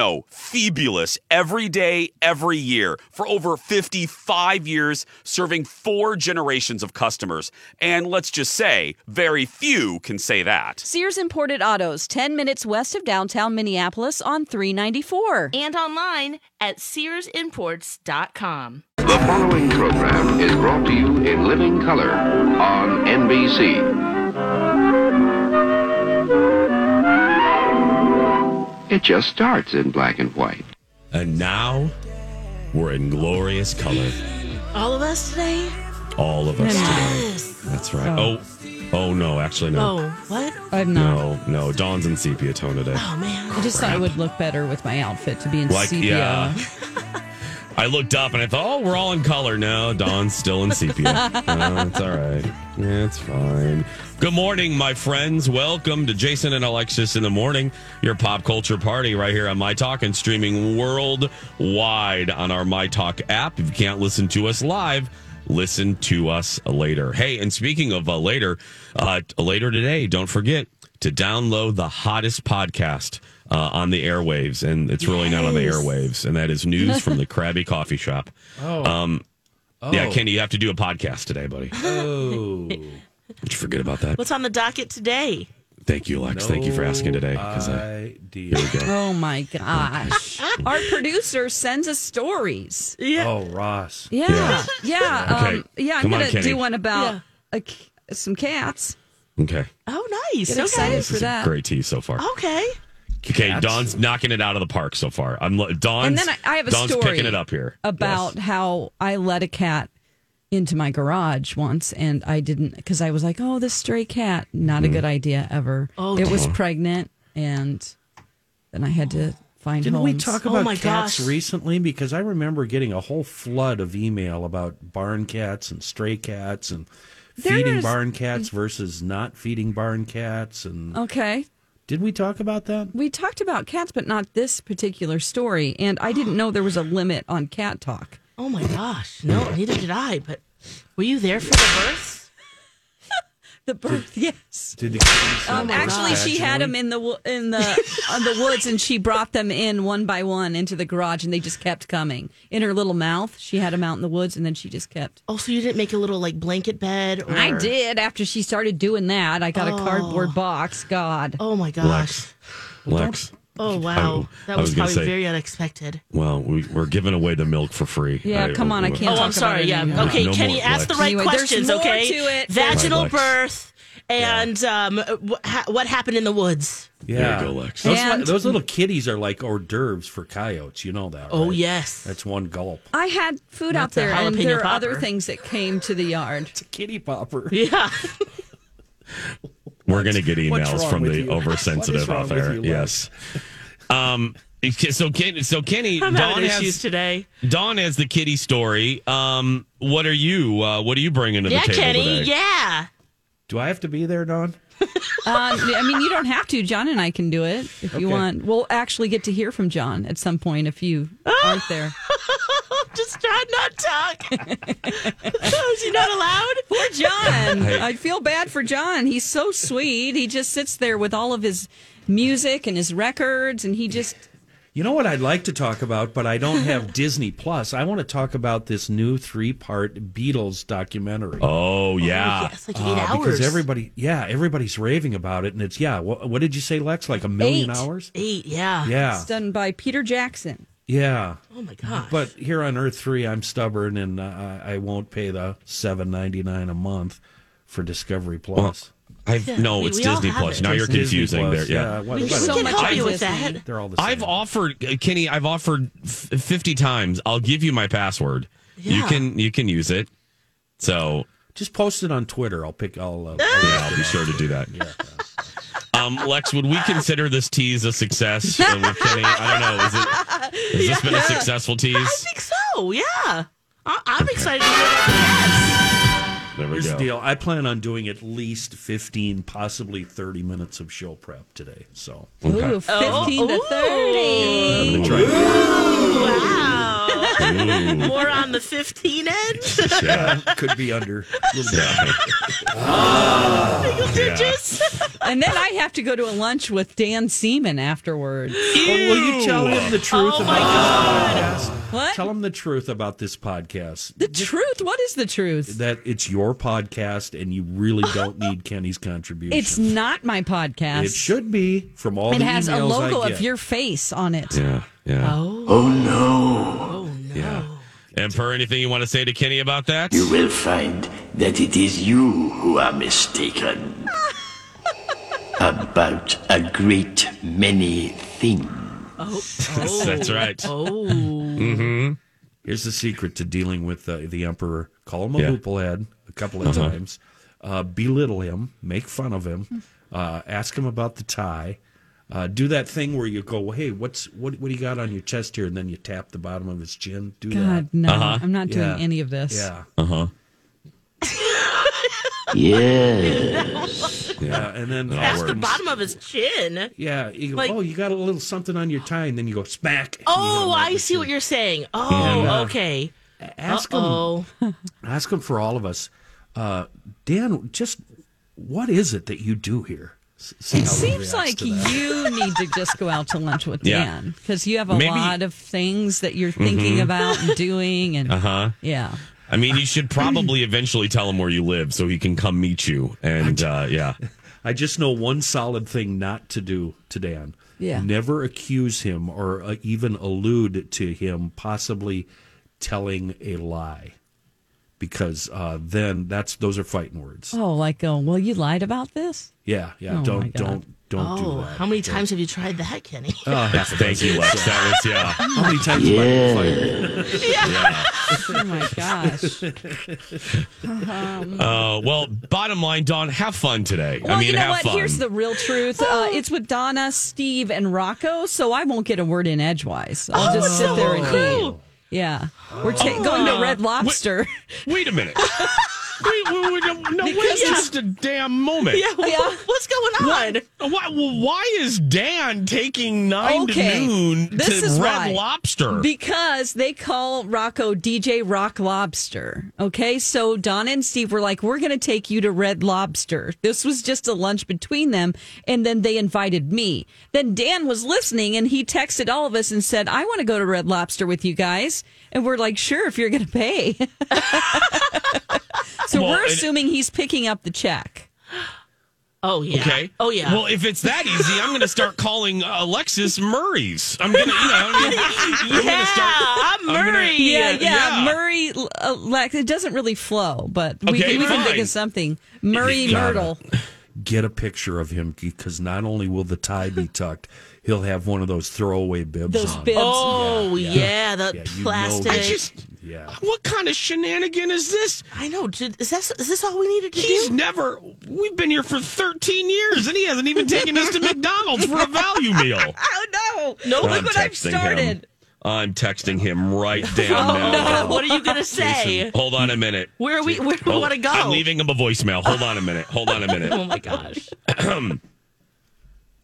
no. Fabulous. Every day, every year. For over 55 years, serving four generations of customers. And let's just say, very few can say that. Sears Imported Autos, 10 minutes west of downtown Minneapolis on 394. and online at SearsImports.com. The following program is brought to you in living color on NBC. It just starts in black and white. And now we're in glorious color. All of us today? All of us today. That's right. Oh. oh no, actually no. Oh, what? I'm not. No, no. Dawn's in sepia tone today. Oh, man. I just thought it would look better with my outfit to be in Like sepia. yeah. I looked up and I thought, oh, we're all in color. No, Dawn's still in sepia. no, it's all right. Yeah, it's fine. Good morning, my friends. Welcome to Jason and Alexis in the morning. Your pop culture party right here on My Talk and streaming worldwide on our My Talk app. If you can't listen to us live, listen to us later. Hey, and speaking of uh, later, uh, later today, don't forget to download the hottest podcast uh, on the airwaves, and it's really not on the airwaves, and that is news from the Krabby Coffee Shop. Oh. Um, Oh. Yeah, Kenny, you have to do a podcast today, buddy. Oh. Did you forget about that? What's on the docket today? Thank you, Lex. Thank you for asking today. 'cause, uh, idea. Oh my gosh. Our producer sends us stories. Oh, Ross. Yeah. Yeah. Okay. Um, yeah, I'm Come on, going to Kenny. do one about Yeah. a c- some cats. okay. Oh, nice. Get okay. excited This for is a that. great tease so far. Okay. Okay, Don's knocking it out of the park so far. I'm lo- Don's. And then I- I have a Don's story picking it up here About Yes. how I let a cat into my garage once and I didn't, because I was like, oh, this stray cat, not a good idea ever. Oh, it was dear. pregnant and then I had to find Didn't we homes. talk Oh about my cats gosh. recently? Because I remember getting a whole flood of email about barn cats and stray cats and feeding There's- barn cats versus not feeding barn cats. And Okay. did we talk about that? we talked about cats, but not this particular story. And I didn't know there was a limit on cat talk. Oh my gosh. No, neither did I. But were you there for the birth? The birth, yes. Did Oh the uh, kids Um, not actually, birth she had vaginally? them in the wo- in the on the woods, and she brought them in one by one into the garage, and they just kept coming in her little mouth. She had them out in the woods, and then she just kept. Oh, so you didn't make a little like blanket bed? Or... I did. After she started doing that, I got a cardboard box. God, Oh my gosh. Lex. Lex. Oh wow. I- that I was was, gonna probably say- very unexpected. Well, we, we're giving away the milk for free. Yeah, come on, I can't Oh, talk I'm about sorry. it Yeah. anymore. Okay, No Kenny, more, ask the Lex. right Anyway, there's questions, more okay? to it. Vaginal Right, Lex. birth and um, wh- ha- what happened in the woods. There Yeah. you go, Lex. Those, And- li- those little kitties are like hors d'oeuvres for coyotes. You know that. Oh, right? yes. That's one gulp. I had food out That's a there, and jalapeno there are popper. other things that came to the yard. It's a kitty popper. yeah. We're going to get what's emails wrong from with the you? What oversensitive is wrong out there. with you, yes. Lex? Um. So Kenny. So Kenny. I'm Dawn having issues has, today. Dawn has the kitty story. Um. What are you? Uh, what are you bringing to Yeah, the table Kenny. today? Yeah. Do I have to be there, Don? Um, I mean, you don't have to. John and I can do it if you want. We'll actually get to hear from John at some point if you Ah! aren't there. Just John not talk. Oh, Is he not allowed? Poor John. I feel bad for John. He's so sweet. He just sits there with all of his music and his records, and he just. You know what I'd like to talk about, but I don't have Disney Plus. I want to talk about this new three-part Beatles documentary. Oh yeah. Yes, like eight Uh, hours. Because everybody, yeah, everybody's raving about it, and it's yeah. What, what did you say, Lex? Like a million Eight. hours? Eight, yeah. Yeah, It's done by Peter Jackson. yeah. Oh my gosh. But here on Earth Three, I'm stubborn, and uh, I I won't pay the seven ninety nine a month for Discovery Plus. I've no. we- It's we all Disney have Plus. it. Now you're Disney confusing Plus, there. Yeah. what- We what- get so can much help on you with Disney. that. They're all the same. I've offered uh, Kenny. I've offered f- fifty times. I'll give you my password. You Yeah. can you can use it. So just post it on Twitter. I'll pick. I'll. Uh, yeah, I'll be sure to do that. Um, Lex, would we consider this tease a success? Uh, with Kenny? I don't know. Is it, has this been a successful I tease? think so, yeah. I- I'm excited to hear that. There we Here's go. the deal. I plan on doing at least 15, possibly 30 minutes of show prep today. So Okay. Ooh, Oh. 15 to 30. I'm gonna try. Wow. Ooh. More on the 15 end. Yeah. could be under. a little bit. Single digits. And then I have to go to a lunch with Dan Seaman afterwards. Oh, will you tell him the truth Oh, my about this podcast? What? Tell him the truth about this podcast. the truth? What is the truth? That it's your podcast and you really don't need Kenny's contribution. It's not my podcast. It should be from all It the has a emails I logo get. of your face on it. Yeah. Yeah. Oh. Yeah. And for anything you want to say to Kenny about that? will find that it is you who are mistaken about a great many things. Oh. That's right. Oh. Here's the secret to dealing with uh, the emperor: call him a Yeah. hooplehead a couple of Uh-huh. times, uh, belittle him, make fun of Hmm. him, uh, ask him about the tie. Uh, do that thing where you go, hey, what's what? What do you got on your chest here? And then you tap the bottom of his chin. Do God, no. I'm not that. doing Uh-huh. Yeah. any of this. Yeah. Uh-huh. Yes. Yeah, and then It all That's the works. bottom of his chin. yeah, you go, Like- oh, you got a little something on your tie, and then you go smack. and you hit him Oh, right I in see the what chin. you're saying. Oh, Yeah. okay. ask him. Oh. Ask him for all of us. Uh, Dan, just what is it that you do here? S- see It how he seems reacts like to that. you need to just go out to lunch with Yeah. Dan because you have a Maybe- Mm-hmm. lot of things that you're thinking about and doing, and Huh? yeah, I mean, you should probably eventually tell him where you live so he can come meet you. And uh, yeah. I just know one solid thing not to do to Dan. Yeah. Never accuse him or uh, even allude to him possibly telling a lie, because uh, then that's those are fighting words. oh, like, oh, well, you lied about this. Yeah, yeah. my God. don't don't don't Oh, do that. how many times have you tried that, Kenny? Uh, Thank you, Lex. That was yeah. How many times have I been fired? Oh my gosh! Uh, well, bottom line, Dawn, have fun today. well, I mean, you know have what? fun. Here's the real truth. Uh, it's with Donna, Steve, and Rocco, so I won't get a word in edgewise. I'll just sit Oh. there and eat. Yeah, we're ta- going to Red Lobster. Wait a minute. we, we, we don't- no, wait Because- just a damn moment. Yeah, Yeah. what's going on? Why, why, well, why is Dan taking nine Okay. to noon This to is Red why. Lobster? Because they call Rocco DJ Rock Lobster. Okay, so Don and Steve were like, "We're going to take you to Red Lobster." This was just a lunch between them, and then they invited me. Then Dan was listening, and he texted all of us and said, "I want to go to Red Lobster with you guys." And we're like, "Sure, if you're going to pay." so Well, we're and- assuming he's picking up the check. Oh yeah. Okay. Oh yeah. Well, if it's that easy, I'm going to start calling uh, Alexis Murray's. I'm going to, you know, I mean, I'm yeah, going to start. I'm gonna- Murray. Yeah, yeah. yeah. Murray, uh, Lex, it doesn't really flow, but we, Okay, can, we can fine. think of something. Murray got Myrtle. Get a picture of him because not only will the tie be tucked, he'll have one of those throwaway bibs Those on. bibs. Oh yeah, the Yeah, you know plastic. that. I, Just, Yeah. Oh what kind of shenanigan is this? know. Did, is this is this all we needed to He's do? never. We've been here for 13 years, and he hasn't even taken us to McDonald's for a value meal. Oh no! No, I'm texting Him. I'm texting him right down Oh now. no! What are you gonna say? Hold on a minute. Where are we? Where do we Oh, want to go? I'm leaving him a voicemail. Hold on a minute. Hold on a Oh minute. my gosh!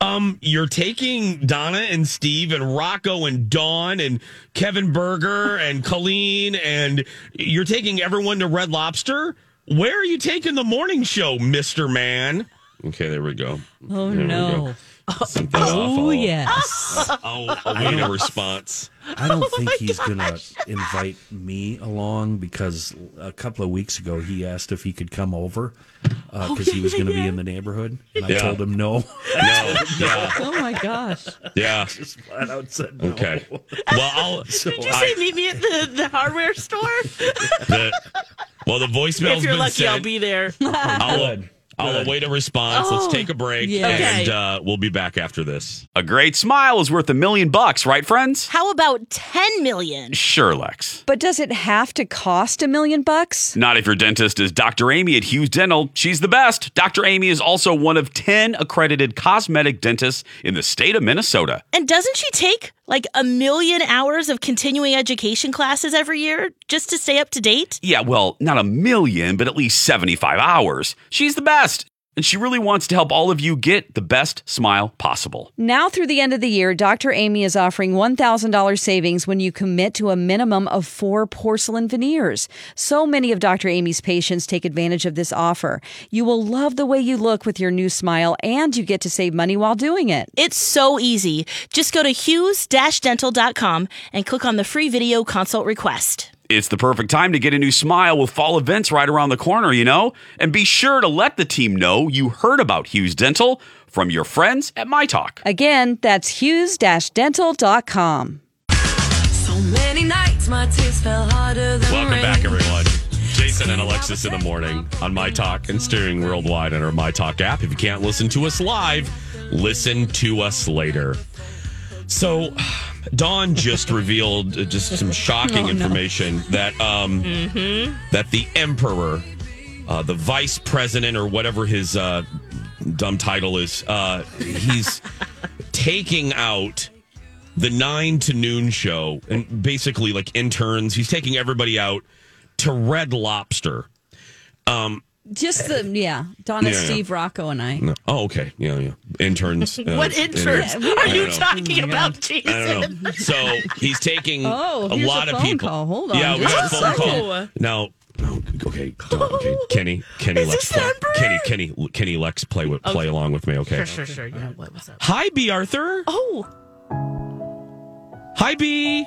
Um, you're taking Donna and Steve and Rocco and Dawn and Kevin Berger and Colleen and you're taking everyone to Red Lobster. Where are you taking the morning show, Mister Man? Okay, there we go. Oh There we no! go. Something Oh awful. yes. Oh, await a response. I don't think he's going to invite me along because a couple of weeks ago he asked if he could come over because Oh, he was going to be in the neighborhood. And I Yeah. told him no. No, yeah, Oh my gosh! yeah. Just flat out said no. Okay. Well, I'll. Did you say meet me at the, the hardware store? the, well, the voicemail's if you're been lucky, sent. I'll be there. I'll, I'll await a response. Let's Oh, take a break, yeah. and Okay. uh, we'll be back after this. A great smile is worth a million bucks, right, friends? How about ten million? Sure, Lex. But does it have to cost a million bucks? Not if your dentist is Dr. Amy at Hughes Dental. She's the best. Dr. Amy is also one of 10 accredited cosmetic dentists in the state of Minnesota. And doesn't she take like a million hours of continuing education classes every year just to stay up to date? Yeah, well, not a million, but at least 75 hours. She's the best. And she really wants to help all of you get the best smile possible. Now through the end of the year, Dr. Amy is offering $1,000 savings when you commit to a minimum of four porcelain veneers. So many of Dr. Amy's patients take advantage of this offer. You will love the way you look with your new smile, and you get to save money while doing it. It's so easy. Just go to hughes-dental.com and click on the free video consult request. It's the perfect time to get a new smile with fall events right around the corner, you know? And be sure to let the team know you heard about Hughes Dental from your friends at My Talk. Again, that's hughes-dental.com. So many nights my tears fell harder than Welcome rain. back, everyone. Jason and Alexis in the morning on My Talk and Steering Worldwide on our My Talk app. If you can't listen to us live, listen to us later. So, Dawn just revealed uh, just some shocking information that um, that the Emperor, uh, the Vice President, or whatever his uh, dumb title is, uh, he's taking out the nine to noon show and basically like interns. He's taking everybody out to Red Lobster. Just the, yeah, Donna, Yeah, yeah. Steve, Rocco, and I. Oh, okay. Yeah, yeah. Interns. uh, what interns I are don't you know. Mm-hmm. talking about, I Jason? don't know. So he's taking Oh, a here's a lot of phone people. call. Hold on Yeah, we got a just phone a call. second. Now, oh, okay, Don, okay, Kenny, Kenny, Is Lex, this the play- emperor? Kenny, Kenny, Kenny, Lex, play with, play along with me, okay? Sure, sure, sure. Yeah, what was up? Hi, B. Arthur. Oh, Hi, B.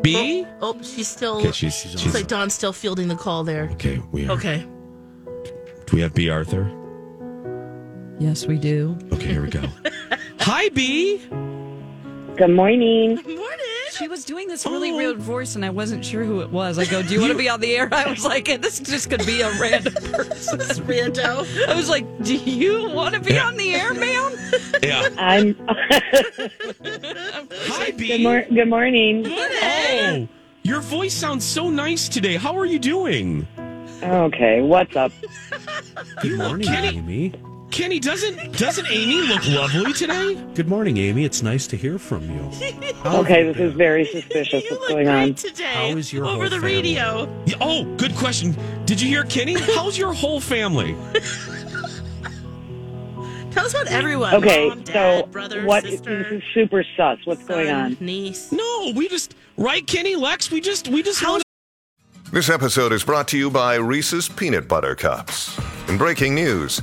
B. oh, she's still. Okay, she's- she's it's on. like Dawn's still fielding the call there. Okay, we are. Okay. Do we have B. Arthur? Yes, we do. Okay, here we go. Hi, B. Good morning. She was doing this really weird voice, and I wasn't sure who it was. I go, "Do you want to be on the air?" I was like, "This just could be a random person." Rando. I was like, "Do you want to be Yeah. on the air, ma'am?" Yeah. I'm. Hi, B. Good morning. Oh, your voice sounds so nice today. How are you doing? Okay, what's up? Good morning, Kenny. Amy. Kenny, doesn't doesn't Amy look lovely today? Good morning, Amy. It's nice to hear from you. How Okay, have this you is very suspicious. What's going on? today How is your over whole the family? radio. Yeah, Oh, good question. Did you hear Kenny? How's your whole family? Tell us about everyone. Okay, Mom, Dad, so brother, what? sister, This is super sus. What's going on? son, niece. No, we just right, Kenny, Lex. We just we just want This episode is brought to you by Reese's Peanut Butter Cups. In breaking news,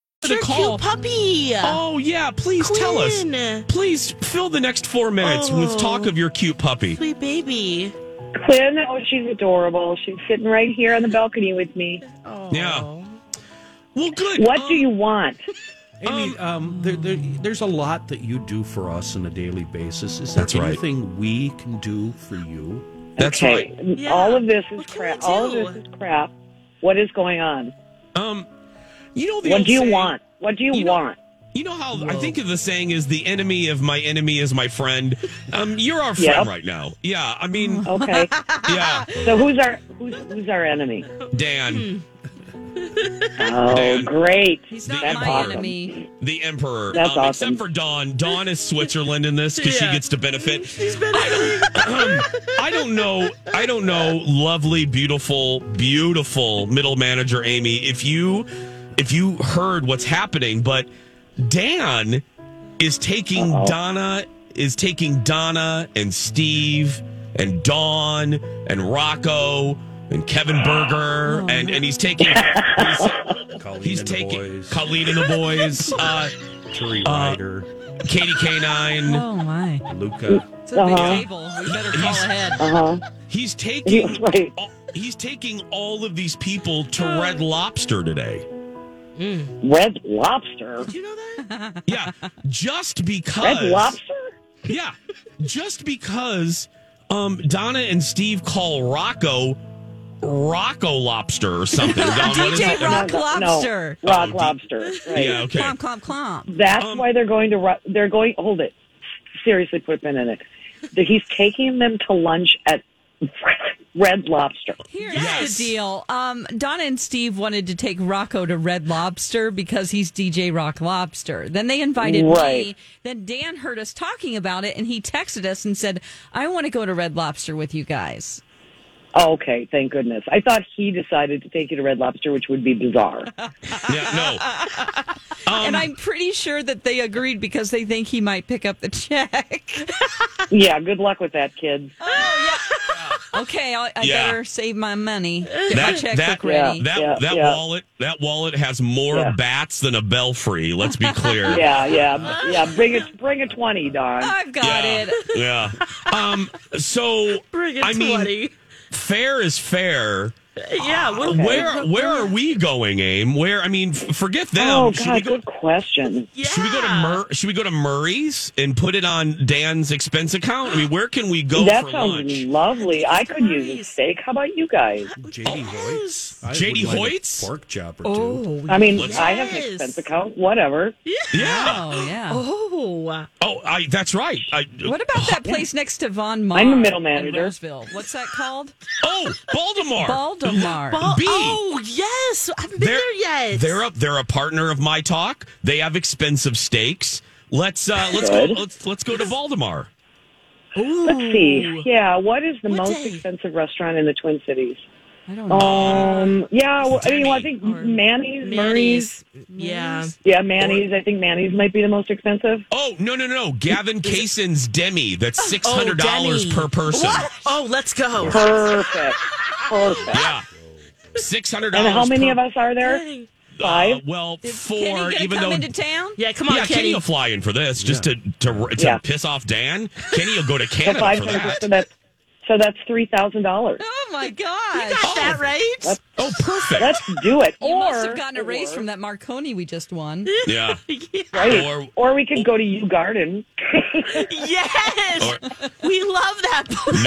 to call. puppy. Oh yeah, please tell us. Quinn. Please fill the next four minutes with Oh. talk of your cute puppy. Sweet baby. Quinn, oh, she's adorable. She's sitting right here on the balcony with me. Yeah. Well, good. What do you want? Amy, um, there, there, there's a lot that you do for us on a daily basis. Is there That's right. anything we can do for you? um, That's Okay, right. All of this is crap. All of this is crap. What is going on? Um, you know the What old do you saying- want? What do you, want? You know how I think of the saying is the enemy of my enemy is my friend. Um, you're our friend Yep. right now. Yeah, I mean, Okay. yeah, so Hmm. who's our who's who's our enemy? Dan, Oh, Dan. great. He's not That's my awesome. enemy. the emperor. That's um, awesome. Except for Dawn. Dawn is Switzerland in this because Yeah. she gets to benefit. She's been. I don't know. I don't know. Lovely, beautiful, beautiful middle manager Amy. If you, if you heard what's happening, but Dan is taking Donna is taking Donna and Steve and Dawn and Rocco and Kevin Oh, Berger and and he's taking he's, Colleen he's and the taking boys, Colleen and the boys, uh, Terry uh, Ryder, Katie K9. Oh my! Luca. It's a big Uh-huh. table. We better call ahead. Uh huh. He's taking Right. all, he's taking all of these people to Red Lobster today. Red lobster. Did you know that? Yeah, just because. Red lobster. Yeah, just because um, Donna and Steve call Rocco Rocco Lobster or something. Don, what is DJ it? Rock No, Lobster. No, rock Oh, lobster. Right. Yeah, okay. Clomp, clomp, clomp. That's Um, why they're going to. ru- They're going. Hold it. Seriously, put a pin in it. That He's taking them to lunch at Red Lobster. Here's Yes. the deal. Um, Donna and Steve wanted to take Rocco to Red Lobster because he's DJ Rock Lobster. Then they invited me. Right. Then Dan heard us talking about it and he texted us and said, I want to go to Red Lobster with you guys. Okay, thank goodness. I thought he decided to take you to Red Lobster, which would be bizarre. Yeah, no. Um, and I'm pretty sure that they agreed because they think he might pick up the check. yeah, good luck with that, kids. okay, I, I Yeah. better save my money. Get my checkbook that ready. that, Yeah, that yeah. wallet that wallet has more Yeah. bats than a belfry. Let's be clear. Yeah, yeah, yeah. Bring it, bring a twenty, Don. Oh, I've got yeah, it. Yeah. Um. So Bring it I mean, uh, 20. fair is fair. yeah, what, Where where are we going, Aim? Where I mean, f- forget them. oh should, we God, go, good question. Yeah. should we go to Mur- should we go to Murray's and put it on Dan's expense account? I mean, where can we go that for sounds lunch? lovely. I could use a Nice. steak. How about you guys? J.D. Hoyt's. I J.D. would like a Hoyt's? Pork chop or two. Oh, I mean, Let's- I have an Yes. expense account. Whatever. Yeah. wow, yeah. Oh, Oh, I. That's right. I, What about that place next to Von Mar? I'm the middle In manager. Roseville. What's that called? Oh, Baltimore. Baldemar. Ball- B. oh yes, I haven't been They're, there yet. They're a they're a partner of my talk. They have expensive steaks. Let's uh let's go Good. let's let's go to Valdemar. Let's see. Yeah, what is the What most day? expensive restaurant in the Twin Cities? I don't Um, yeah, well, I mean, well, I think Manny's, Murray's, Yeah. yeah, Manny's. I think Manny's might be the most expensive. Oh no no no! Gavin Kaysen's Demi. That's six hundred dollars Demi. per person. What? Oh, let's go. Perfect. Perfect. Yeah, six hundred Oh. dollars. And how many of us are there? Five. well, four. Even though town? Yeah, come on, yeah, Kenny. Kenny will fly in for this just to to, to Yeah. piss off Dan. Kenny will go to So Canada five for hundred. that. So that's so that's three thousand dollars. Oh my god! You got that right. Oh, perfect. Let's do it. You or must have gotten a raise from that Marconi we just won. Yeah. right. Or- Or, we could go to U Garden. Yes, we love that. place.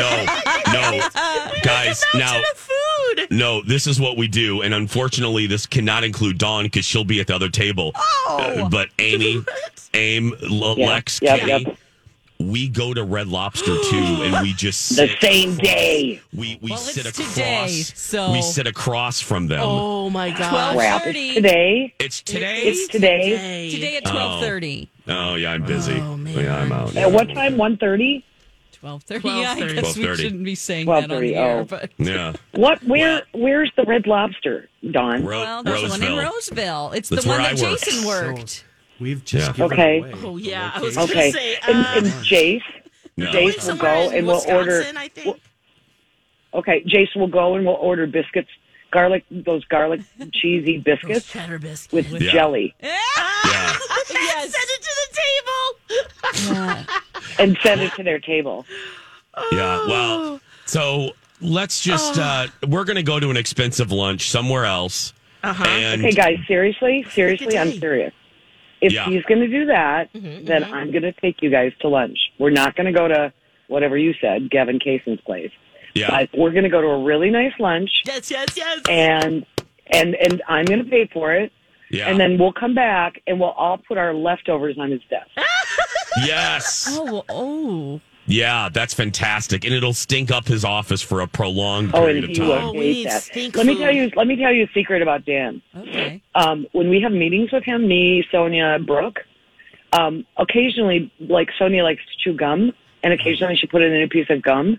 No, no, guys. Now, The food. no. This is what we do, and unfortunately, this cannot include Dawn because she'll be at the other table. Oh. Uh, but Amy, Aim, L- Yeah, Lex, yep, Kenny, yep. we go to Red Lobster too, and we just The sit same across- day. We we Well, sit it's across. today, so- we sit across from them. Oh my god. Twelve Crap. It's thirty today. It's today. It's today. today at Oh. twelve thirty. oh yeah, I'm busy. Oh, man. Yeah, I'm out. At what time? One thirty. Twelve thirty. Yeah, I 12:30. guess we 12:30. shouldn't be saying that on the 12:30, air, oh. but Yeah. What? Where? Where's the Red Lobster, Don? Ro- well, there's one in Roseville. Roseville. It's That's the one where that I work. Jason worked. We've just Yeah. given Okay. away Oh, the yeah, I was location. Okay. say, uh, and, and Jace, No. Jace will go Somewhere in and we'll Wisconsin, order. I think. Okay, Jace will go and we'll order biscuits, garlic, those garlic cheesy biscuits Cheddar biscuit. with Yeah. jelly, Yeah. yes. Send it to the table. and send it to their table. Yeah. Well, so let's just Oh. uh we're going to go to an expensive lunch somewhere else. Uh-huh. And Okay, guys, seriously, seriously, I'm day. serious. If Yeah. he's going to do that, Mm-hmm, then I'm going to take you guys to lunch. We're not going to go to whatever you said, Gavin Kaysen's place. yeah. But we're going to go to a really nice lunch, Yes, yes, yes. and and and I'm going to pay for it. Yeah. And then we'll come back and we'll all put our leftovers on his desk. yes. Oh, oh, Yeah, that's fantastic. And it'll stink up his office for a prolonged Oh, period and of he time. will Oh, we hate need that. stink Let me food. tell you. Let me tell you a secret about Dan. okay. Um, when we have meetings with him, me, Sonia, Brooke, um, occasionally, like Sonia likes to chew gum, and occasionally she put it in a piece of gum,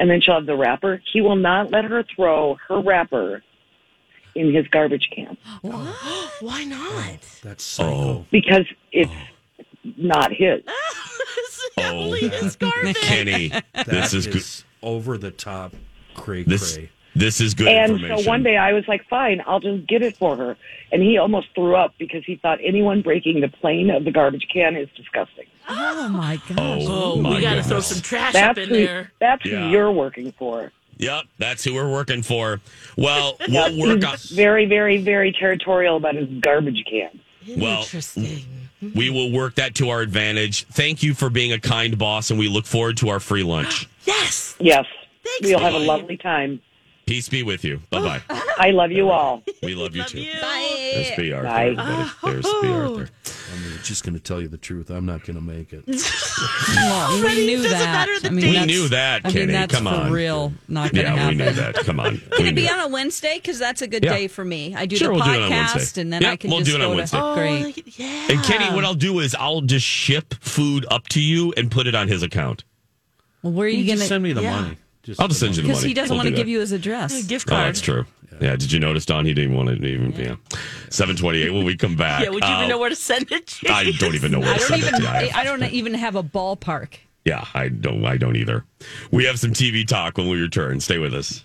and then she'll have the wrapper. He will not let her throw her wrapper in his garbage can Why not? That's psycho. because it's not his. Oh. Only his garbage. Kenny, That this is good. over the top. Cray This cray. this is good And information. so one day I was like, fine, I'll just get it for her. And he almost threw up because he thought anyone breaking the plane of the garbage can is disgusting. Oh my gosh. oh, Oh, my we got to goodness. throw some trash That's up in who, there. that's Yeah. who you're working for. Yep, that's who we're working for. Well, we'll He's work on very, very, very territorial about his garbage can. Well, Interesting. we will work that to our advantage. Thank you for being a kind boss and we look forward to our free lunch. Yes. Yes. Thanks, We'll have a Dave. lovely time. Peace be with you. Bye bye. I love you all. We love you Love too. you. There's B. Arthur. Bye. everybody. There's B. Arthur. Oh. I'm just going to tell you the truth. I'm not going to make it. Well, we knew doesn't that. matter the I mean, date. We that's- knew that, I Kenny. mean, that's Come for on. real. Not going to Yeah, we happen. knew that. Come on. Can We it be knew on a Wednesday? Because that's a good Yeah. day for me. I do Sure, the we'll do it on podcast, Wednesday. and then Yeah, I can we'll just do it on go Wednesday. to. Oh, Great. yeah. that. And Kenny, what I'll do is I'll just ship food up to you and put it on his account. Well, where are You you going just to? send me the Yeah. money. Just I'll just send you the money. Because he doesn't We'll want to do give that. you his address. gift Oh, card. that's true. Yeah. Did you notice, Don? He didn't want it even. Yeah. Seven twenty-eight. When we come back. Yeah, would you uh, even know where to send it? Jason? I don't even know where I to don't send it even. to. I have I don't even have a ballpark. Yeah, I don't. I don't either. We have some TV talk when we return. Stay with us.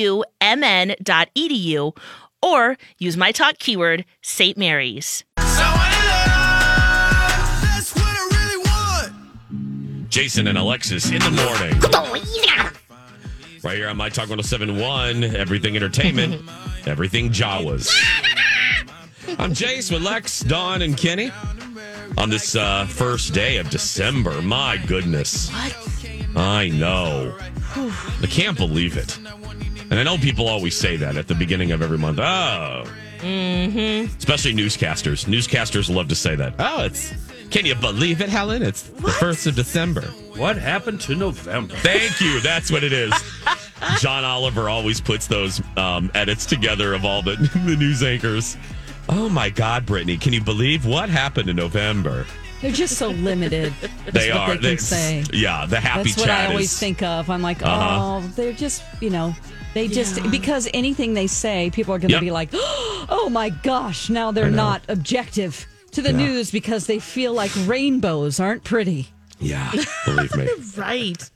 smumn.edu E or use my talk keyword, St. Mary's. Jason and Alexis in the morning. Right here on My Talk 1071, Everything Entertainment, Everything Jawas. I'm Jace with Lex, Dawn, and Kenny on this uh, first day of December. My goodness. I know. I can't believe it. And I know people always say that at the beginning of every month. Oh, Mm-hmm. especially newscasters. Newscasters love to say that. Oh, it's. Can you believe it, Helen? It's the first of December. What happened to November? Thank you. That's what it is. John Oliver always puts those um, edits together of all the, the news anchors. Oh my God, Brittany! Can you believe what happened in November? They're just so limited. is they what are. They can say. Yeah, the happy That's what chat I always is. think of. I'm like, Uh-huh. oh, they're just, you know, they just because anything they say, people are going to Yep. be like, oh my gosh, now they're not objective to the Yeah. news because they feel like rainbows aren't pretty. yeah, believe me. Right.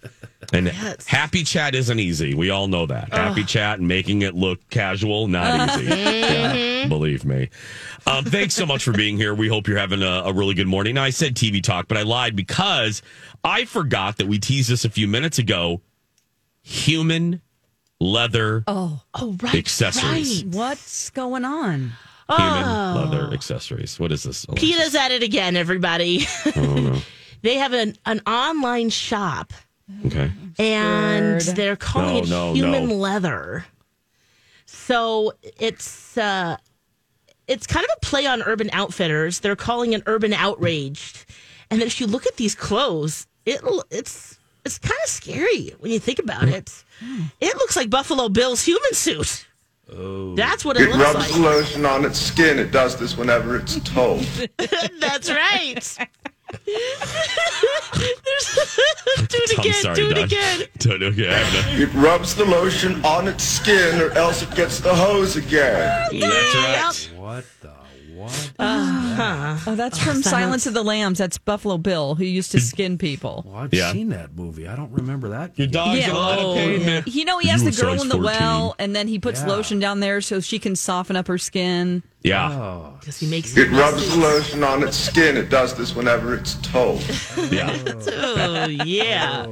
And Yes. happy chat isn't easy. We all know that. Happy chat and making it look casual, not easy. Mm-hmm. Yeah, believe me. Um, thanks so much for being here. We hope you're having a, a really good morning. Now, I said TV talk, but I lied because I forgot that we teased this a few minutes ago. Human leather Oh, oh, right, Accessories. right. What's going on? human Oh. leather accessories. What is this? Alexis? PETA's at it again, everybody. Oh, no. they have an, an online shop Okay. and Scared. they're calling No, no, it human no. leather. So it's uh, it's kind of a play on Urban Outfitters. They're calling it Urban Outraged, and if you look at these clothes, it l- it's it's kind of scary when you think about it. It looks like Buffalo Bill's human suit. Oh. That's what it, It looks rubs like. lotion on its skin. It does this whenever it's told. That's right. There's- do it I'm again. sorry, do it Don. again. Don't- okay, I have no- It rubs the lotion on its skin, or else it gets the hose again. That's right. What the what? Uh-huh. Oh, that's from Silence of the Lambs. That's Buffalo Bill, who used to skin people. Well, I've Yeah. seen that movie. I don't remember that. Your dog's Yeah. a lot Oh. of pain, man. You know, he has You the were girl size in the 14. well, and then he puts Yeah. lotion down there so she can soften up her skin. Yeah. Oh, Because he makes It rubs the lotion on its skin. It does this whenever it's told. Yeah. Oh yeah.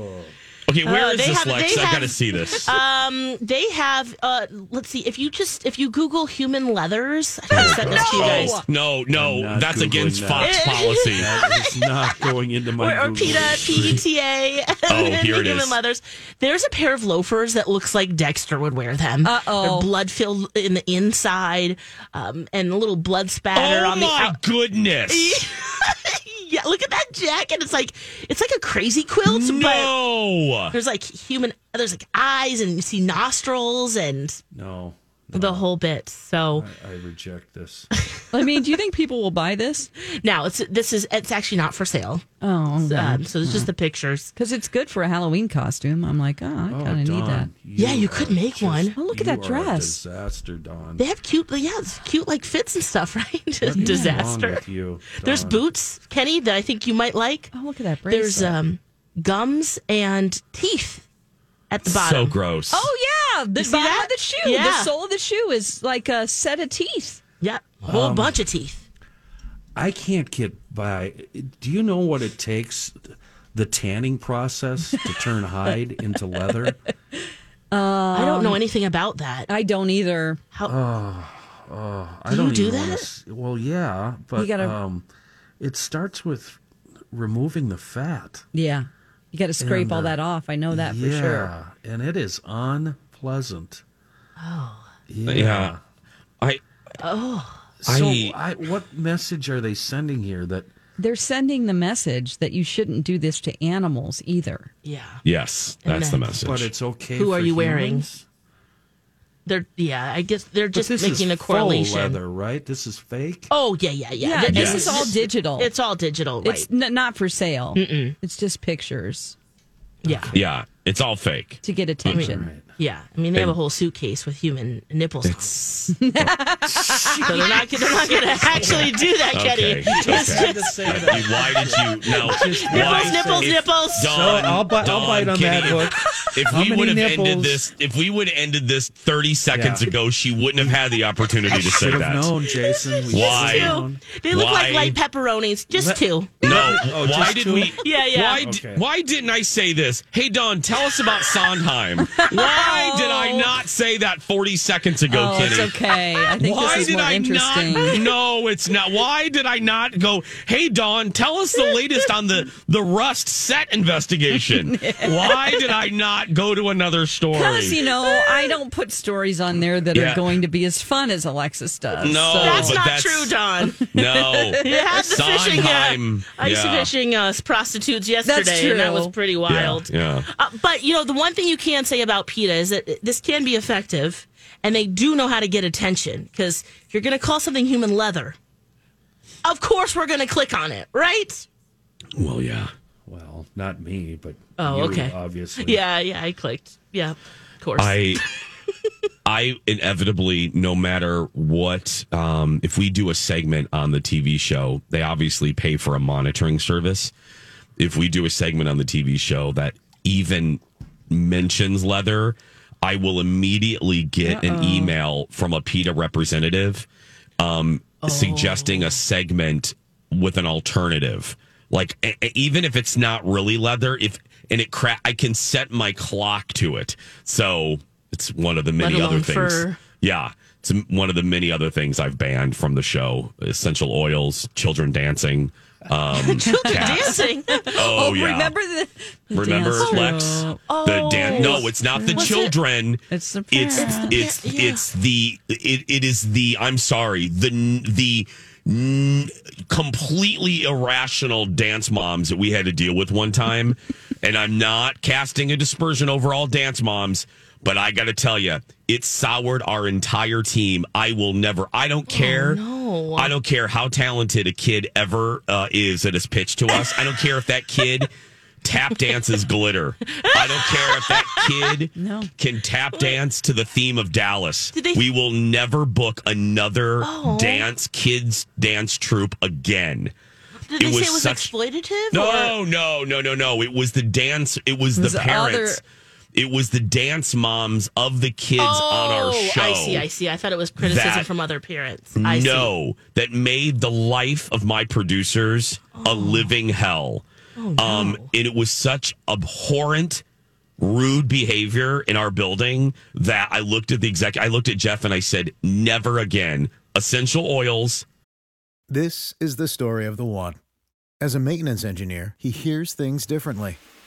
Okay, where is Uh, they this, have- Lex? they I got to have- see this. Um, they have. Uh, let's see. If you just if you Google human leathers, I gotta send this to you guys. No, no, not that's Googling against that. Fox policy. that is not going into my Or, or Google PETA, history. PETA, Oh, and here it human is. leathers. There's a pair of loafers that looks like Dexter would wear them. Uh-oh. They're blood filled in the inside, um, and a little blood spatter Oh on the my out- goodness! yeah, look at that jacket. It's like it's like a crazy quilt, but no, there's like human. There's like eyes, and you see nostrils, and No, the whole bit. So I reject this. I mean, do you think people will buy this? now it's this is it's actually not for sale. Oh, Um, so it's just the pictures. because it's good for a Halloween costume. I'm like, oh, I Oh, kind of need that. Dawn, Yeah, you could are make one. Oh, look at you that are a dress. disaster, Don. They have cute, yeah, it's cute like fits and stuff, right? Disaster. you, There's Dawn? boots, Kenny, that I think you might like. Oh, look at that bracelet. There's um gums and teeth at the so bottom. gross. oh yeah, the see bottom that? of the shoe, Yeah. the sole of the shoe is like a set of teeth. Yep, whole bunch of teeth. I can't get by. Do you know what it takes? The tanning process to turn hide into leather. I don't know anything about that. I don't either. I don't do even wanna that? s- well, yeah, but gotta- um, it starts with removing the fat. Yeah, you got to scrape And, all uh, that off. I know that for yeah, sure. uh, and it is unpleasant. Oh, yeah. yeah. I So, I- I, what message are they sending here? That They're sending the message that you shouldn't do this to animals either. Yeah, yes, that's the then- message. but it's okay. Who for are you wearing? humans? they're yeah. I guess they're But just this is making a faux correlation. leather, right? This is fake. Oh yeah, yeah, yeah. Yeah, Th- this Yes. is all digital. It's all digital, right? It's n- not for sale. It's just pictures yeah, yeah, it's all fake. to get attention. Right. Yeah, I mean they have a whole suitcase with human nipples. on it. so they're not, they're not going to actually do that, Kenny. Okay. It's okay. just- why did you now? Nipples, why, nipples, if- nipples. Dawn, So I'll bu- I'll Dawn, bite on Kitty, that hook. if- If How we many would have ended nipples? this, if we would have ended this thirty seconds ago, she wouldn't have had the opportunity to say Should that. have known, Jason. We Why? should have two. known. They look Why? like light pepperonis. Just Let- two. No, Oh, why just did two? we? Yeah, yeah. Why, di- Okay. why didn't I say this? Hey, Don, tell us about Sondheim. Why did Oh. I not say that 40 seconds ago, oh, Kenny? it's okay. I think why this is did more I interesting. not? No, it's not. Why did I not go? Hey, Don, tell us the latest on the the Rust set investigation. why did I not go to another story? Because you know, I don't put stories on there that Yeah. are going to be as fun as Alexis does. No, so- That's That's Oh, but not that's- true, Don. no. You had the fishing, Sondheim, uh, ice yeah. fishing uh, prostitutes yesterday, and that true. was pretty Yeah, wild. yeah. Uh, but you know, the one thing you can say about PETA is that this can be effective, and they do know how to get attention because if you're going to call something human leather, of course we're going to click on it, right? Well, yeah. Well, not me, but Oh, you, okay. Obviously, Yeah, yeah, I clicked. Yeah, of course. I I inevitably, no matter what, um, if we do a segment on the TV show, they obviously pay for a monitoring service. If we do a segment on the TV show that even mentions leather, I will immediately get an email from a PETA representative um, Oh. suggesting a segment with an alternative. Like e- e- even if it's not really leather, if and it cra- I can set my clock to it. So it's one of the many Let other alone things. fur. Yeah, it's m- one of the many other things I've banned from the show: essential oils, children dancing. Um, Children cats. dancing. Oh, yeah. remember the, the Remember, dance troupe. Lex, the Oh. dance. No, it's not the Was it- children. It's the It's parents. it's Yeah, yeah. it's the it, it is the I'm sorry the n- the n- completely irrational dance moms that we had to deal with one time, and I'm not casting a dispersion over all dance moms, but I got to tell you, it soured our entire team. I will never. I don't care. no. I don't care how talented a kid ever uh, is that is pitched to us. I don't care if that kid. Tap dances glitter. I don't care if that kid No. can tap dance to the theme of Dallas. Did they- we will never book another Oh. dance kids dance troupe again. Did they it say was it was such- exploitative? or- No, no, no, no, no. It was the dance. It was, was the the other- parents. It was the dance moms of the kids on our Oh, show. I see, I see. I thought it was criticism That- from other parents. I see. no, that made the life of my producers Oh. a living hell. Um, and it was such abhorrent, rude behavior in our building that I looked at the exec. I looked at Jeff and I said, "Never again." Essential oils. This is the story of the one. As a maintenance engineer, he hears things differently.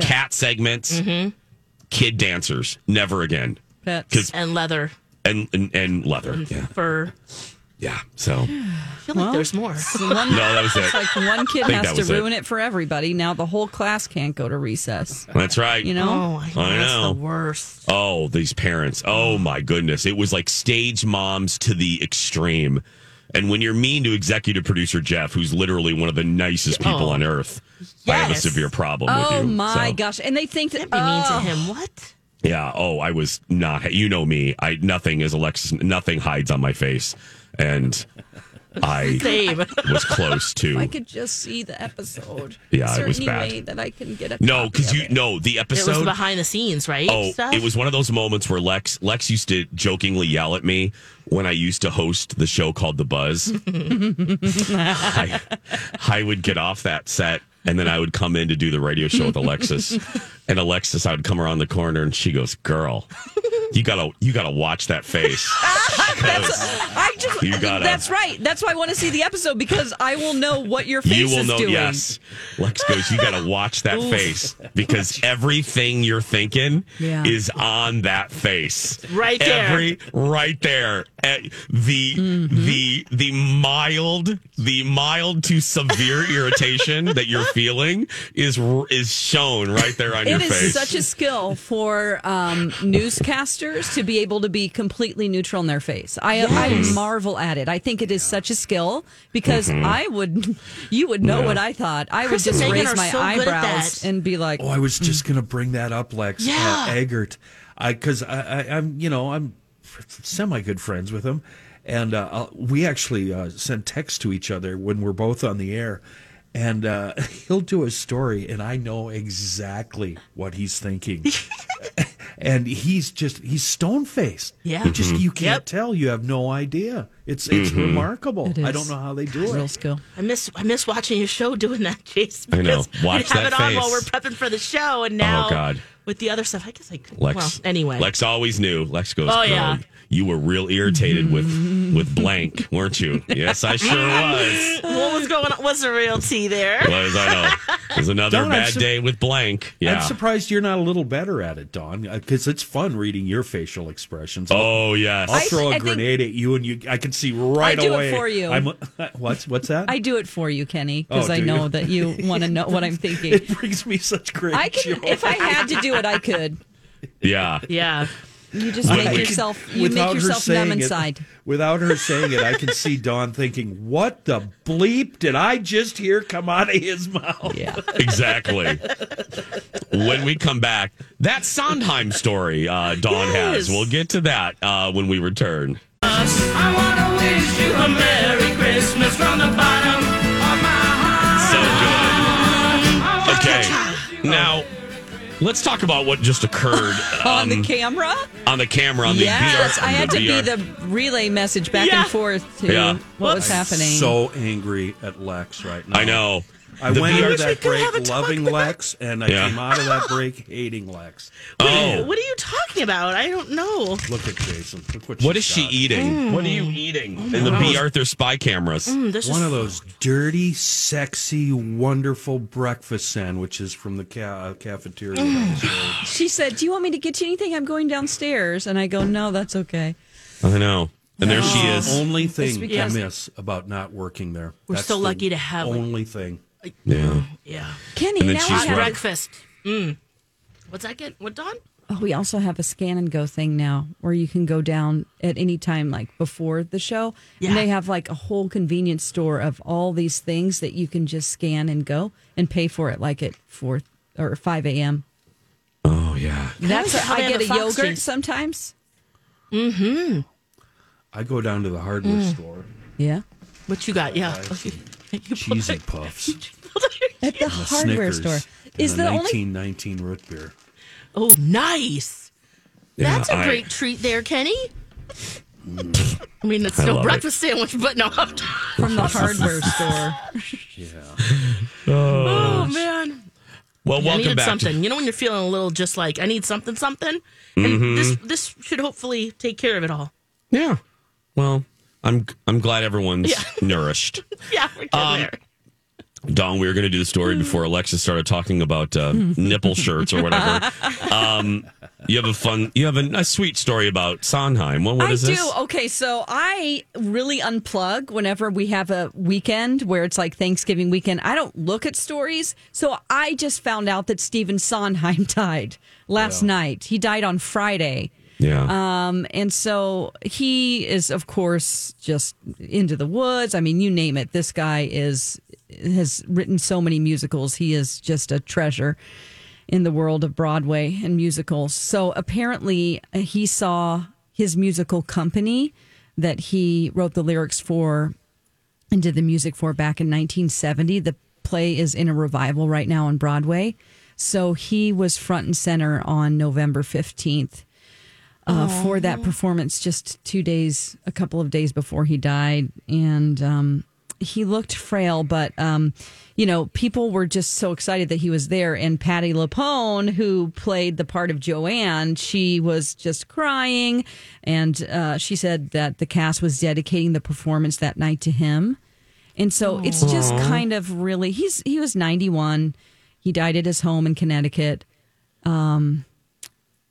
cat segments, Mm-hmm. kid dancers, never again. Pets. And leather, And and, and leather. Mm-hmm. Yeah. fur. Yeah. So I feel like there's more. One, no, that was it's it. like one kid I think that has to was it. ruin it. for everybody. Now the whole class can't go to recess. That's right. You know? I I know. That's the worst. Oh, these parents. Oh my goodness. It was like stage moms to the extreme. And when you're mean to executive producer Jeff, who's literally one of the nicest people Oh. on earth, I have a Yes. severe problem Oh with you. my So, gosh! And they think that Can't be mean to oh, him. What? Yeah. Oh, I was not you know me. I nothing is Alexis nothing hides on my face. And I Same. was close to. If I could just see the episode. Yeah, Is it there was any bad. way that I can get a No, copy because of you it? no the It was episode. behind the scenes, right? Oh, Stuff? it was one of those moments where Lex Lex used to jokingly yell at me when I used to host the show called The Buzz. I, I would get off that set and then I would come in to do the radio show with Alexis. And Alexis, I would come around the corner and she goes, "Girl, you gotta you gotta watch that face." She goes, I just You gotta- that's right. That's why I want to see the episode because I will know what your face you will is know. doing. Yes, Lex goes. You got to watch that Ooh. face because everything you're thinking Yeah. is on that face. Right there. Every right there. Eh, The Mm-hmm. the the mild the mild to severe irritation that you're feeling is r- is shown right there on your It is face. such a skill for um, newscasters to be able to be completely neutral in their face. I, I marvel at it. I think it is such a skill because I would, you would know Mm-hmm. Yeah. what I thought. I would Chris and just Megan raise are my so good at eyebrows that. and be like, Oh, I was just going to bring that up, Lex. eh, Yeah. Uh, Eggert. I because I, I, I'm you know I'm semi good friends with him, and uh, I'll- we actually uh, send texts to each other when we're both on the air, and uh, he'll do a story, and I know exactly what he's thinking. And he's just he's stone faced. Yeah. you Mm-hmm. just you can't Yep. tell. You have no idea. It's it's remarkable. It I is. don't know how they do it. real skill. I miss I miss watching your show doing that, Jason. I know. because Watch we'd have that it on face. while we're prepping for the show, and now Oh, God. with the other stuff, I guess I could. Lex. well, anyway, Lex always knew. Lex goes. "Girl, Oh, yeah. You were real irritated with with blank, weren't you? Yes, I sure was. what was going? on? What's the real tea there? was I know. It was another Don't, I'm bad sur- day with blank. Yeah. I'm surprised you're not a little better at it, Don, because it's fun reading your facial expressions. oh yes. I'll throw a I think- grenade at you, and you I can see right I do it away. for you. I'm, what's what's that? I do it for you, Kenny, because Oh, I do know you? that you want to know what I'm thinking. it brings me such great I can, joy. if I had to do it, I could. yeah. Yeah, You just I make could- yourself, you Without make her yourself saying numb it- inside. without her saying it, I can see Don thinking, "What the bleep did I just hear come out of his mouth?" Yeah. Exactly. when we come back, that Sondheim story uh, Dawn has. Yes. We'll get to that uh, when we return. So good. Okay. Now, let's talk about what just occurred on the um, camera? on the camera on the yes, VR. I had to be VR. the relay message back Yeah. and forth to Yeah. what Whoops. was happening. So angry at Lex right now. I know. I The went into VR wish we that could have a break talk loving with Lex, and I Yeah. came out of that break hating Lex. What, Oh. are you, what are you talking about? I don't know. Look at Jason. Look what, What she is she got. eating? Mm. What are you eating? in the B. Arthur spy cameras. Mm, this One is of those dirty, sexy, wonderful breakfast sandwiches from the ca- uh, cafeteria. downstairs. she said, "Do you want me to get you anything? I'm going downstairs." And I go, "No, that's okay." I know. And there she The is. only thing I because- miss about not working there. We're so the lucky to have it. Only thing. Yeah. yeah. Kenny, And then now she's I Hot right. have. breakfast. Mm. What's that get? What Don? Oh, we also have a scan and go thing now, where you can go down at any time, like before the show, Yeah. and they have like a whole convenience store of all these things that you can just scan and go and pay for it, like at four or five a.m. Oh yeah. That's how I they have get a the Fox yogurt drink. sometimes. I go down to the hardware store. Yeah, What you got? Yeah. You pulled Cheesy out- puffs. you pulled out your- at the and a hardware Snickers, store. and Is a the only 1919 root beer. oh, nice. Yeah, That's a I- great treat there, Kenny. I mean, it's I no love breakfast sandwich, but no. oh, from the hardware store. Oh, man. Well, I welcome needed back. something. To, You know when you're feeling a little just like, I need something, something? And Mm-hmm. this this should hopefully take care of it all. yeah. Well, I'm I'm glad everyone's nourished. Yeah, we're good Um, there. Don, we were going to do the story before Alexis started talking about uh, nipple shirts or whatever. Um, you have a fun, you have a, a sweet story about Sondheim. What, what I is do. Oh. this? Okay, so I really unplug whenever we have a weekend where it's like Thanksgiving weekend. I don't look at stories. So I just found out that Stephen Sondheim died last night. He died on Friday. Yeah. Um, and so he is, of course, just into the woods. I mean, you name it. This guy is has written so many musicals. He is just a treasure in the world of Broadway and musicals. So apparently, uh, he saw his musical company that he wrote the lyrics for and did the music for back in 1970. The play is in a revival right now on Broadway. So he was front and center on November 15th uh, for that performance just two days, a couple of days before he died. And um, he looked frail, but, um, you know, people were just so excited that he was there. And Patty Lapone, who played the part of Joanne, she was just crying. And uh, she said that the cast was dedicating the performance that night to him. And so it's just Aw. kind of really he's he was 91. He died at his home in Connecticut. Um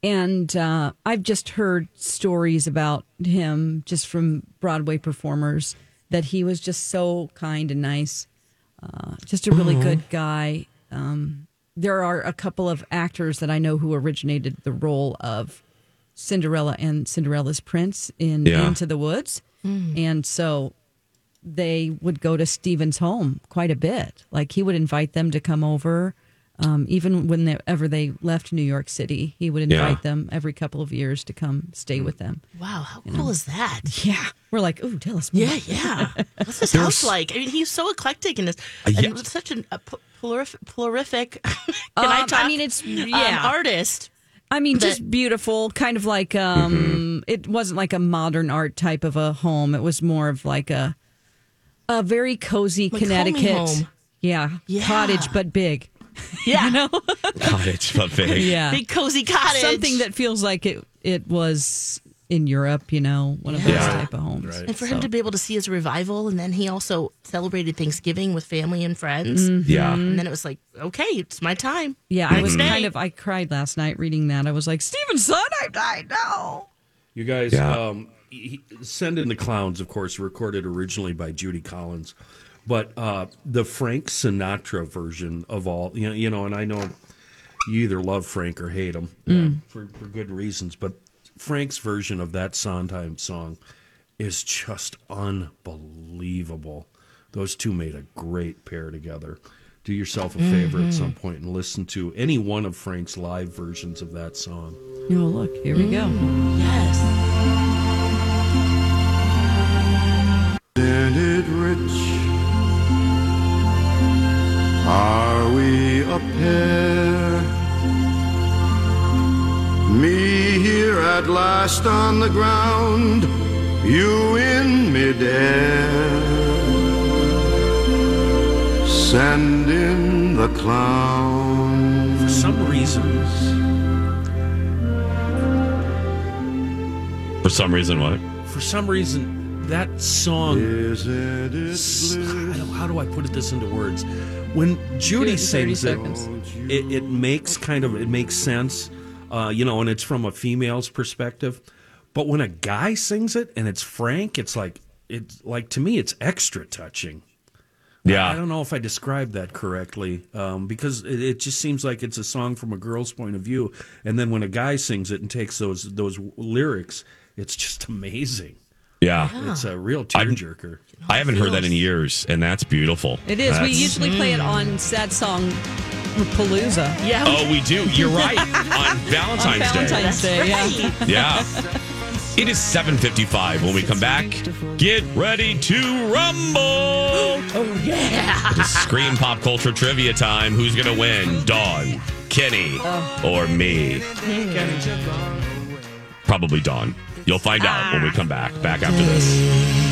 and uh, I've just heard stories about him just from Broadway performers that he was just so kind and nice, uh, just a really Mm-hmm. Aw. good guy. Um, there are a couple of actors that I know who originated the role of Cinderella and Cinderella's Prince in Yeah. Into the Woods, and so they would go to Stephen's home quite a bit. Like he would invite them to come over, um, even whenever they left New York City, he would invite Yeah. them every couple of years to come stay with them. Wow, how You cool know. is that? Yeah, we're like, oh, tell us more. Yeah, yeah. What's his There's- house like? I mean, he's so eclectic in this, Uh, and yeah. with such an, a pl- plurif- plurific. Can Um, I I, talk? mean, it's um, yeah, artist. I mean, that- just beautiful, kind of like um, it wasn't like a modern art type of a home. It was more of like a a very cozy Like Connecticut, homey home. Yeah, Yeah. cottage but big. Yeah, Cottage buffet. Yeah, big cozy cottage. something that feels like it it was in Europe. You know, one of those Yeah. type of homes. And for him So- to be able to see his revival, and then he also celebrated Thanksgiving with family and friends. Mhm. Yeah. And then it was like, okay, it's my time. yeah, I Next was day. kind of I cried last night reading that. I was like, Stevenson, I died. No. You guys, Yeah. um, he, he- Send in the Clowns, of course, recorded originally by Judy Collins, but uh, the Frank Sinatra version of all, you know, you know, and I know you either love Frank or hate him Mm. uh, for, for good reasons, but Frank's version of that Sondheim song is just unbelievable. Those two made a great pair together. Do yourself a favor Mhm. at some point and listen to any one of Frank's live versions of that song. You know, look, here we go. Dented rich, are we a pair? Me here at last on the ground, you in midair. Send in the clown. For some reasons. For some reason, what? for some reason that song S- I don't- how do i put it this into words when Give judy it 30 sings it, seconds. it it makes kind of it makes sense uh, you know and it's from a female's perspective but when a guy sings it and it's frank it's like it's like to me it's extra touching Yeah. I don't know if I described that correctly um, because it, it just seems like it's a song from a girl's point of view, and then when a guy sings it and takes those those lyrics, it's just amazing. Yeah. it's a real I- tearjerker. I haven't heard that in years, and that's beautiful. It is. we That's- usually play it on Sad Song Palooza. Yeah. Oh, we do. You're right. On Valentine's, on Valentine's Day. Day. Yeah. It is 7:55 when we come back. Get ready to rumble. Oh, yeah. It is Scream pop culture trivia time. Who's going to win? Dawn, Kenny, or me? Probably Dawn. You'll find out when we come back. Back after this.